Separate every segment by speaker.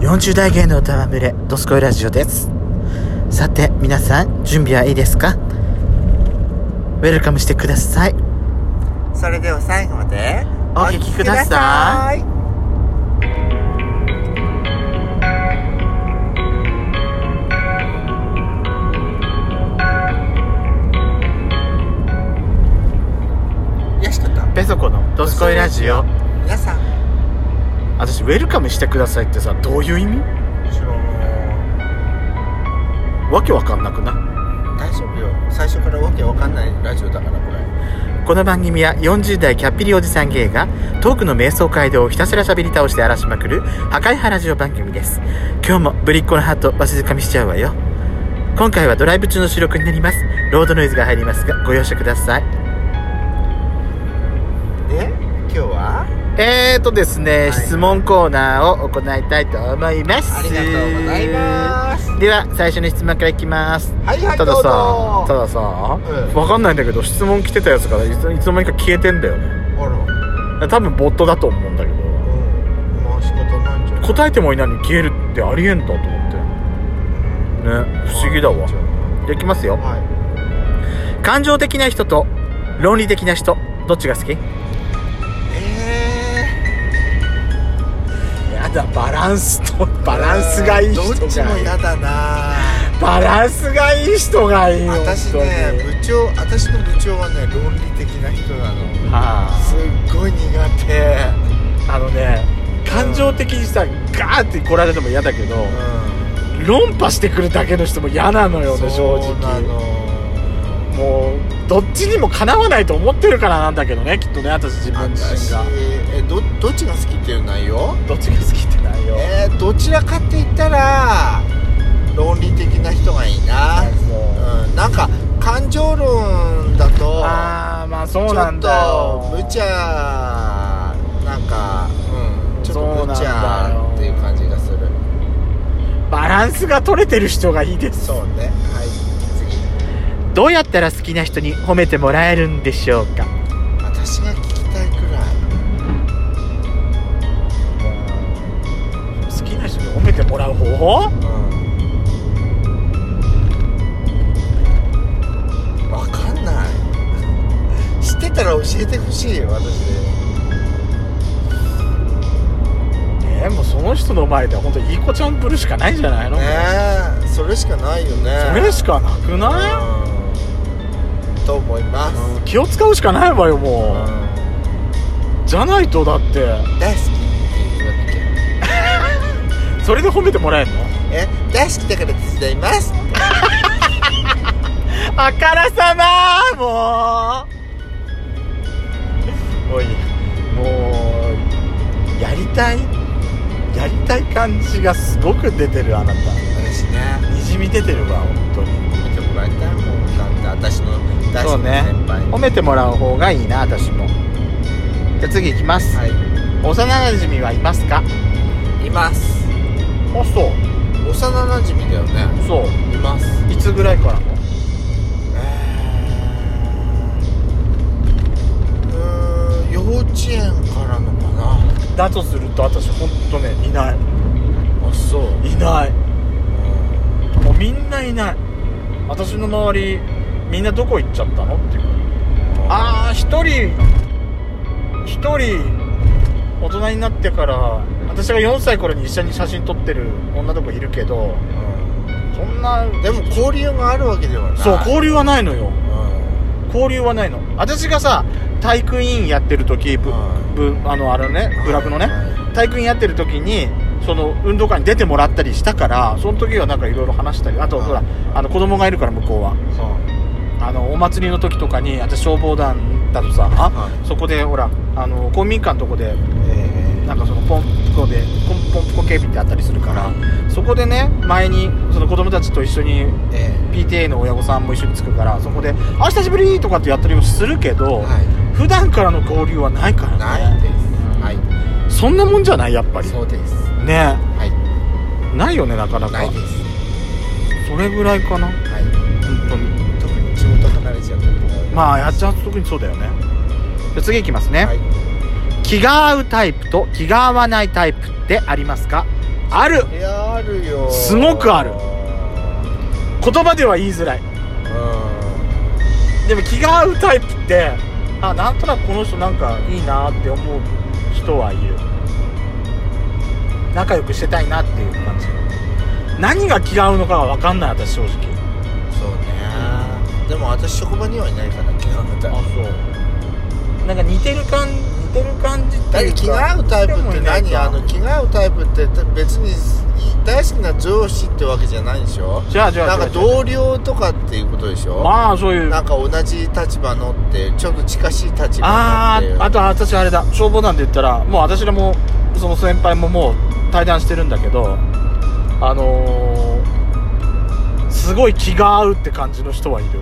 Speaker 1: 40代芸の歌は群れ、ドスコイラジオです。さて、皆さん、準備はいいですかウェルカムしてください。
Speaker 2: それでは最後まで
Speaker 1: お聞きくださ
Speaker 2: いよしかった
Speaker 1: ペソコのドスコイラジオ。
Speaker 2: 皆さん
Speaker 1: 私、ウェルカムしてくださいってさ、どういう意味
Speaker 2: 後ろの
Speaker 1: わけわかんなくな。
Speaker 2: 大丈夫よ最初からわけわかんないラジオだからこれ
Speaker 1: この番組は40代キャッピリおじさん芸がトークの瞑想街道をひたすら喋り倒して荒らしまくる破壊派ラジオ番組です。今日もぶりっ子のハートわしづかみしちゃうわよ。今回はドライブ中の収録になります。ロードノイズが入りますが、ご容赦ください。
Speaker 2: で今日は
Speaker 1: えーとですね、
Speaker 2: い
Speaker 1: 質問コーナーを行いたいと思います。
Speaker 2: ありがとうございます
Speaker 1: では、最初の質問からいきます。
Speaker 2: はいはい
Speaker 1: たださ、た
Speaker 2: どうぞ
Speaker 1: ださ、わ
Speaker 2: ええ
Speaker 1: かんないんだけど、質問来てたやつからいついつの間にか消えてんだよね。
Speaker 2: あら
Speaker 1: 多分ボットだと思うんだけど、
Speaker 2: うんまあ仕方ないんじゃない
Speaker 1: 答えてもいないのに消えるってありえんだと思って。ね、不思議だわ。じ
Speaker 2: は
Speaker 1: ゃあいきますよ。
Speaker 2: い
Speaker 1: 感情的な人と論理的な人、どっちが好き
Speaker 2: え
Speaker 1: やだ、バランスと、バ
Speaker 2: ーどっちも嫌だな
Speaker 1: バランスがいい人がいいよ
Speaker 2: 私
Speaker 1: 本当
Speaker 2: ね
Speaker 1: に
Speaker 2: 部長私の部長はね論理的な人なのすっごい苦手
Speaker 1: あのね感情的にさガーって来られても嫌だけど
Speaker 2: う
Speaker 1: 論破してくるだけの人も嫌なのよね正
Speaker 2: そうな
Speaker 1: 直
Speaker 2: の
Speaker 1: もうどっちにもかなわないと思ってるからなんだけどねきっとね私自分自身
Speaker 2: 私
Speaker 1: が
Speaker 2: えどどっちが好きっていう内容
Speaker 1: どっちが好きってないよ
Speaker 2: えー、どちらかって言ったら論理的な人がいいな、うん、なんか感情論だと
Speaker 1: ああまあそう
Speaker 2: ちょ
Speaker 1: な
Speaker 2: っ
Speaker 1: んだよ
Speaker 2: と無茶なんか、うん、ちょっと無茶っていう感じがする
Speaker 1: バランスが取れてる人がいいです
Speaker 2: そうねはい次
Speaker 1: どうやったら好きな人に褒めてもらえるんでしょうか
Speaker 2: 私が聞きたいくらい
Speaker 1: 好きな人に褒めてもらう方法
Speaker 2: うんわかんない知ってたら教えてほしいよ私
Speaker 1: えーもうその人の前では本当にいい子ちゃんぶるしかないんじゃないの、
Speaker 2: ねえそれしかないよね
Speaker 1: それしかなくな
Speaker 2: うんと思いま
Speaker 1: い、
Speaker 2: す、
Speaker 1: うん気を使うしかないわよもう、
Speaker 2: 大
Speaker 1: じゃないとだって
Speaker 2: 好きって言わなきゃ
Speaker 1: それで褒めてもらえるの
Speaker 2: え大好きだから手伝います
Speaker 1: あからさまもうおいもうやりたいやりたい感じがすごく出てるあなた
Speaker 2: 私ね
Speaker 1: にじみ出てるわ本当に
Speaker 2: 見てもらいたいもんだって私の大好
Speaker 1: そう
Speaker 2: き
Speaker 1: ね
Speaker 2: な先輩
Speaker 1: 褒めてもらう方がいいな私もじゃあ次いきます、
Speaker 2: は
Speaker 1: 幼馴染はいますか
Speaker 2: いいます
Speaker 1: あそう
Speaker 2: 幼馴染だよね
Speaker 1: そ
Speaker 2: います
Speaker 1: ういつぐらいからの
Speaker 2: うーん幼稚園からのかな
Speaker 1: だとすると私本当ねいない
Speaker 2: あそう
Speaker 1: いないもうみんないない私の周りみんなどこ行っちゃったのっていうああ一人一人大人になってから私が4歳頃に一緒に写真撮ってる女の子いるけどそんな
Speaker 2: でも交流があるわけではない
Speaker 1: そう交流はないのよ
Speaker 2: うん
Speaker 1: 交流はないの私がさ体育委員やってる時ぶ
Speaker 2: はい
Speaker 1: ぶあのあれねグラブのね
Speaker 2: はい
Speaker 1: 体育委員やってる時にその運動会に出てもらったりしたからその時はなんかいろいろ話したりあと
Speaker 2: はい
Speaker 1: ほらあの子供がいるから向こうは
Speaker 2: そう
Speaker 1: あのお祭りの時とかに私消防団だとさ、
Speaker 2: はい
Speaker 1: そこでほらあの公民館のとこで
Speaker 2: え
Speaker 1: なんかそのポンプコでポンポンプコ警備ってあったりするから、
Speaker 2: は
Speaker 1: そこでね前にその子供たちと一緒に
Speaker 2: ええ
Speaker 1: PTA の親御さんも一緒に着くからそこで「あ久しぶり!」とかってやったりもするけど、
Speaker 2: えは
Speaker 1: 普段からの交流はないから
Speaker 2: い
Speaker 1: ね
Speaker 2: ないですは
Speaker 1: そんなもんじゃないやっぱ
Speaker 2: い
Speaker 1: り
Speaker 2: そうです
Speaker 1: ね
Speaker 2: はい
Speaker 1: ないよねなかなか
Speaker 2: ないです
Speaker 1: それぐらいかな
Speaker 2: はい
Speaker 1: 本当に
Speaker 2: 特に地元離れちゃったと思う
Speaker 1: まあやっちゃうと特にそうだよねじゃあ次いきますね、
Speaker 2: はい
Speaker 1: 気が合うタイプと気が合わないタイプってありますかある
Speaker 2: いやあるよ
Speaker 1: すごくある言葉では言いづらい
Speaker 2: うん
Speaker 1: でも気が合うタイプってあなんとなくこの人なんかいいなって思う人はいる仲良くしてたいなっていう感じ何が気が合うのかは分かんない私正直
Speaker 2: そうねでも私職場にはいないから気が合うタイプ
Speaker 1: そうなんか似てる感似てる感じって
Speaker 2: だっ
Speaker 1: い
Speaker 2: て
Speaker 1: うか
Speaker 2: 気が合うタイプって
Speaker 1: でもい
Speaker 2: 何
Speaker 1: ないか
Speaker 2: あの気が合うタイプって別に大好きな上司ってわけじゃないでしょ
Speaker 1: じゃあじゃあ
Speaker 2: なんか
Speaker 1: じゃあじゃあ
Speaker 2: 同僚とかっていうことでしょ
Speaker 1: まあそういう
Speaker 2: なんか同じ立場のってちょっと近しい立場の
Speaker 1: あ
Speaker 2: っていう
Speaker 1: ああと私あれだ消防団で言ったらもう私らもその先輩ももう退団してるんだけどあのー、すごい気が合うって感じの人はいる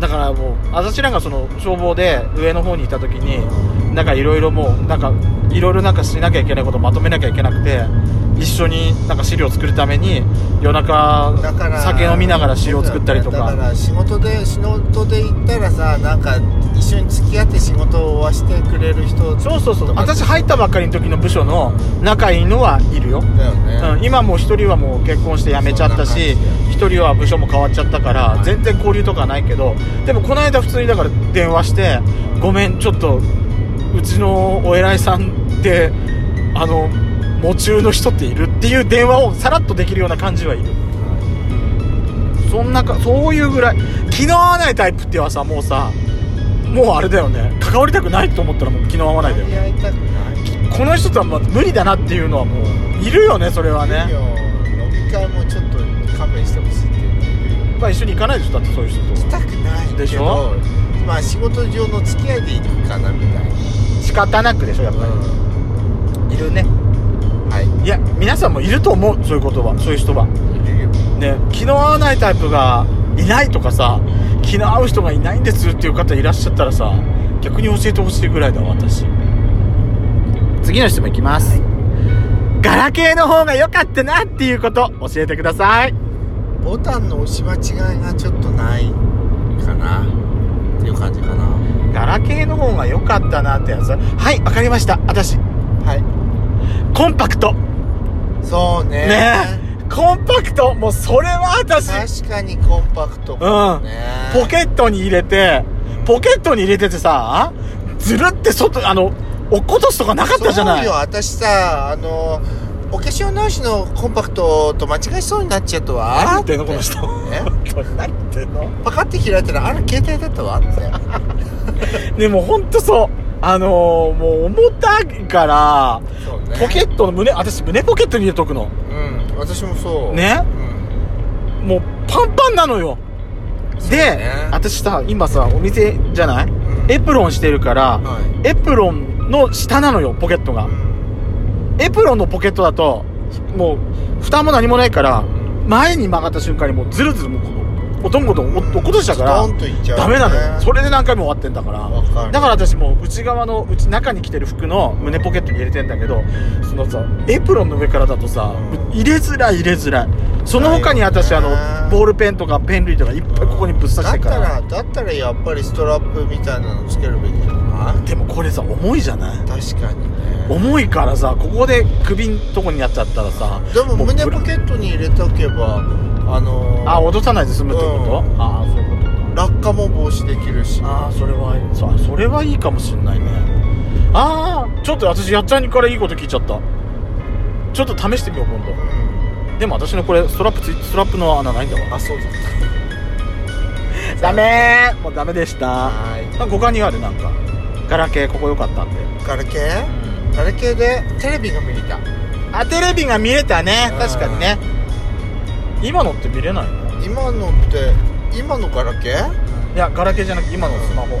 Speaker 1: だからもう私らがその消防で上の方にいた時になんかいろいろもうなんかいろいろなんかしなきゃいけないことまとめなきゃいけなくて一緒になんか資料作るために夜中
Speaker 2: だから
Speaker 1: 酒飲みながら資料作ったりと
Speaker 2: だ
Speaker 1: か
Speaker 2: から仕事で仕事で行ったらさなんか一緒に付き合って仕事をしてくれる人
Speaker 1: そうそうそう
Speaker 2: とか
Speaker 1: 私入ったばっかりの時の部署の仲いいのはいるよ
Speaker 2: だよね、
Speaker 1: うん、今もう一人はもう結婚して辞めちゃったし
Speaker 2: そんな感
Speaker 1: 一人は部署も変わっちゃったから全然交流とかないけどでもこの間普通にだから電話して「ごめんちょっとうちのお偉いさんってあの喪中の人っている?」っていう電話をさらっとできるような感じはいるそんなかそういうぐらい気の合わないタイプってはさもうさもうあれだよね関わりたくないと思ったらもう気の合わないだよね
Speaker 2: やりたくない
Speaker 1: この人とはまあ無理だなっていうのはもういるよねそれはね
Speaker 2: いいよ飲み会もちょっと勘弁してほしいっていうの
Speaker 1: まあ一緒に行かないでしょだってそういう人
Speaker 2: 行き
Speaker 1: と
Speaker 2: たくないけど
Speaker 1: でしょ
Speaker 2: まあ仕事上の付き合いで行くかなみたいな、
Speaker 1: 仕方なくでしょやっぱりいるね
Speaker 2: はい
Speaker 1: いや皆さんもいると思うそういう言葉そういう人はい
Speaker 2: るよ
Speaker 1: ね気の合わないタイプがいないとかさ気の合う人がいないんですっていう方いらっしゃったらさ逆に教えてほしいぐらいだわ私次の質問いきます、ガラケーの方が良かったなっていうこと教えてください
Speaker 2: ボタンの押し間違いがちょっとないかなっていう感じかなは
Speaker 1: ガラケーの方が良かったなってやつはいわかりました私
Speaker 2: い
Speaker 1: コンパクト
Speaker 2: そうね
Speaker 1: ねえコンパクトもうそれは私
Speaker 2: 確かにコンパクトかもね、
Speaker 1: ポケットに入れてポケットに入れててさずるって外あの落っことすとかなかったじゃな
Speaker 2: そう
Speaker 1: い
Speaker 2: よ私さあのお化粧直しのコンパクトと間違えそうになっちゃったわ
Speaker 1: 何言ってんのこの人
Speaker 2: え
Speaker 1: 何言ってんの
Speaker 2: パカって開いたらあれ携帯だったわって
Speaker 1: でもほんとそうあのー、もう重たいから
Speaker 2: そうね
Speaker 1: ポケットの胸私胸ポケットに入れとくの
Speaker 2: うん私もそう
Speaker 1: ね
Speaker 2: うん
Speaker 1: もうパンパンなのよで、
Speaker 2: ね
Speaker 1: 私さ今さお店じゃない、
Speaker 2: ん
Speaker 1: エプロンしてるから、
Speaker 2: は
Speaker 1: エプロンの下なのよポケットが、
Speaker 2: い、うん
Speaker 1: エプロンのポケットだともう蓋も何もないから
Speaker 2: ん
Speaker 1: 前に曲がった瞬間にもうズルズルもうこのおどんごどんお落っことしたか
Speaker 2: ス
Speaker 1: ら
Speaker 2: トンといっちゃう
Speaker 1: ダ
Speaker 2: ね
Speaker 1: メなのよそれで何回も終わってんだから
Speaker 2: わかる
Speaker 1: だから私もう内側のうち中に着てる服の胸ポケットに入れてんだけどそのさエプロンの上からだとさ
Speaker 2: うん
Speaker 1: 入れづらい入れづらいその他に私あ
Speaker 2: だよ
Speaker 1: の
Speaker 2: ね
Speaker 1: ボールペンとかペン類とかいっぱいここにぶっ刺してるから
Speaker 2: だったらだったらやっぱりストラップみたいなのつけるべきじゃない
Speaker 1: でもこれさ重いじゃない
Speaker 2: 確かにね
Speaker 1: 重いからさここで首んとこにやっちゃったらさ
Speaker 2: でも
Speaker 1: う
Speaker 2: 胸ポケットに入れておけばあの
Speaker 1: あ落とさないで済むってこと、
Speaker 2: うん
Speaker 1: ああそういうこと
Speaker 2: 落下も防止できるし
Speaker 1: ああそれはいいそそれはいいかもしんないねああちょっと私やっちゃんにからいいこと聞いちゃったちょっと試してみよう今
Speaker 2: う
Speaker 1: 度
Speaker 2: ん
Speaker 1: でも私のこれストラップついストラップの穴ないんだわ
Speaker 2: あそうだっ
Speaker 1: ダメーもうダメでした
Speaker 2: は
Speaker 1: なんか他にあるなんかガラケーここ良かったんで
Speaker 2: いガラケーガラケーでテレビが見れた
Speaker 1: あテレビが見れたね
Speaker 2: うん
Speaker 1: 確かにね今のって見れないの
Speaker 2: 今のって今のガラケー
Speaker 1: いやガラケーじゃなくて今のスマホ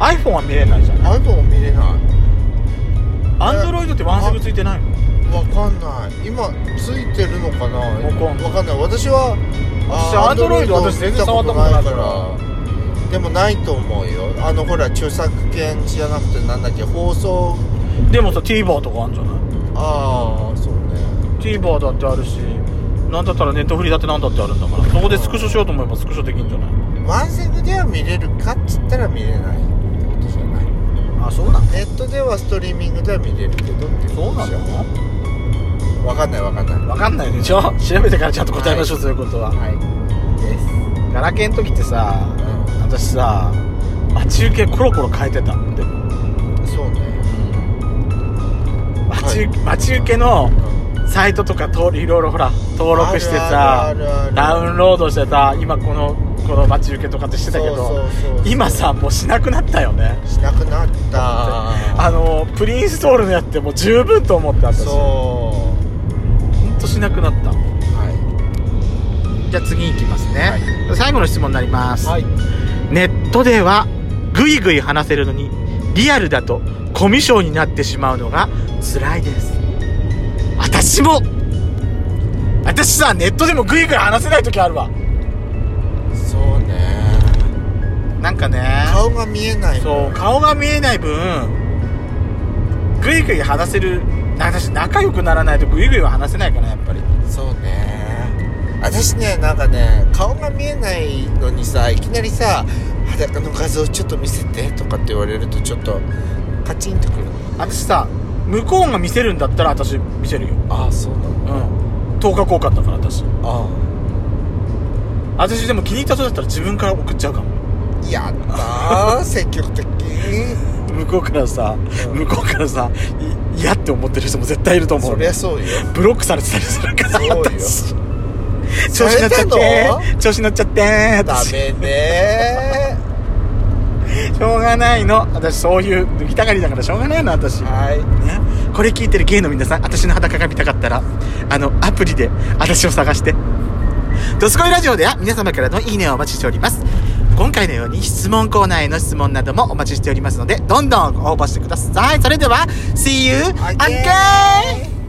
Speaker 1: iPhone は見れないじゃん
Speaker 2: iPhone 見れない
Speaker 1: Android ってワンセブついてないの
Speaker 2: わかんない今ついてるのかな
Speaker 1: わかんない
Speaker 2: わかんない私は
Speaker 1: 私 Android 私全然触ったことないから
Speaker 2: でもないと思うよあのほら著作権じゃなくてなんだっけ放送
Speaker 1: でもさ TVer とかあるんじゃない
Speaker 2: ああそうね
Speaker 1: TVer だってあるしなんだったらネットフリだってなんだってあるんだからそこでスクショしようと思えばスクショできんじゃない
Speaker 2: ワンセグでは見れるかっつったら見れないってことじゃない
Speaker 1: あそうなの
Speaker 2: ネットではストリーミングでは見れるけどって
Speaker 1: そうな
Speaker 2: の
Speaker 1: の
Speaker 2: わかんないわかんない
Speaker 1: わかんないでしょ調べてからちゃんと答えましょう、そういうことは
Speaker 2: はいです
Speaker 1: ガラケーの時ってさ私さ待ち受けコロコロ変えてたでも
Speaker 2: そうね
Speaker 1: 待ち,、
Speaker 2: はい
Speaker 1: 待ち受けのサイトとかといろいろほら登録してさ
Speaker 2: あるあるある
Speaker 1: ダウンロードしてた今このこの待ち受けとかってしてたけど
Speaker 2: そうそうそうそう
Speaker 1: 今さもうしなくなったよね
Speaker 2: しなくなった
Speaker 1: あのプリインストールのやってもう十分と思って私
Speaker 2: そう
Speaker 1: ほんとしなくなった
Speaker 2: は
Speaker 1: じゃあ次いきますね、
Speaker 2: は
Speaker 1: 最後の質問になります、
Speaker 2: い
Speaker 1: ネットではグイグイ話せるのにリアルだとコミュ障になってしまうのが辛いです私も私さネットでもグイグイ話せない時あるわ
Speaker 2: そうね
Speaker 1: なんかね
Speaker 2: 顔が見えない
Speaker 1: そう顔が見えない分グイグイ話せる私仲良くならないとグイグイは話せないかなやっぱり
Speaker 2: そうね私ねなんかね顔が見えないのにさいきなりさ裸の画像ちょっと見せてとかって言われるとちょっとカチンとくる
Speaker 1: 私さ向こうが見せるんだったら私見せるよ
Speaker 2: ああそうなの
Speaker 1: うん10日効果だから私
Speaker 2: あ
Speaker 1: 私でも気に入った人だったら自分から送っちゃうかも
Speaker 2: あやった ー積極的
Speaker 1: 向こうからさ、
Speaker 2: うん
Speaker 1: 向こうからさい嫌って思ってる人も絶対いると思
Speaker 2: そうりゃそうよ
Speaker 1: ブロックされてたりするから
Speaker 2: そうよ
Speaker 1: 私調子乗っちゃって調子乗っちゃって
Speaker 2: ダ
Speaker 1: 私
Speaker 2: メね
Speaker 1: しょうがないの私そういう脱ぎたがりだからしょうがないの私
Speaker 2: ー
Speaker 1: ね
Speaker 2: はい
Speaker 1: これ聞いてる芸の皆さん私の裸が見たかったらあのアプリで私を探して「ドスコイラジオ」では皆様からのいいねをお待ちしております今回のように質問コーナーへの質問などもお待ちしておりますのでどんどん応募してくださいそれでは See you
Speaker 2: Okay.
Speaker 1: again!